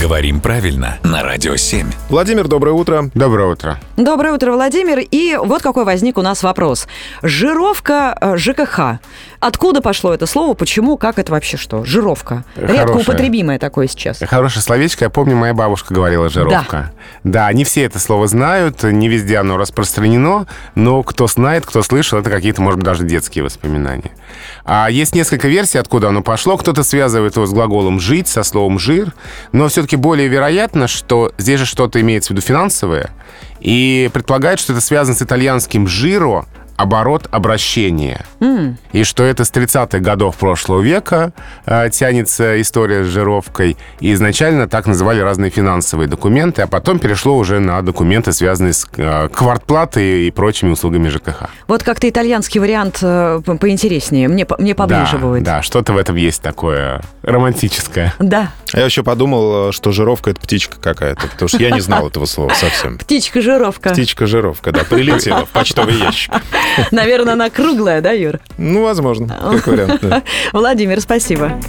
Говорим правильно на Радио 7. Владимир, доброе утро. Доброе утро. Доброе утро, Владимир. И вот какой возник у нас вопрос. Жировка э, ЖКХ. Откуда пошло это слово? Почему? Как это вообще что? Жировка. Э, Редко Хорошее. употребимое такое сейчас. Хорошее словечко. Я помню, моя бабушка говорила «жировка». Да. не все это слово знают, не везде оно распространено, но кто знает, кто слышал, это какие-то, может быть, даже детские воспоминания. А есть несколько версий, откуда оно пошло. Кто-то связывает его с глаголом «жить», со словом «жир», но все-таки более вероятно, что здесь же что-то имеется в виду финансовое, и предполагает, что это связано с итальянским «жиро», оборот обращения. И что это с 30-х годов прошлого века э, тянется история с жировкой. И изначально так называли разные финансовые документы, а потом перешло уже на документы, связанные с э, квартплатой и прочими услугами ЖКХ. Вот как-то итальянский вариант э, по- поинтереснее. Мне, по- мне поближе да, будет. да, что-то в этом есть такое романтическое. Да. А Я еще подумал, э, что жировка — это птичка какая-то, потому что я не знал этого слова совсем. Птичка-жировка. Птичка-жировка, да, прилетела в почтовый ящик. Наверное, она круглая, да, Юр? Ну, возможно, как вариант. да. Владимир, спасибо.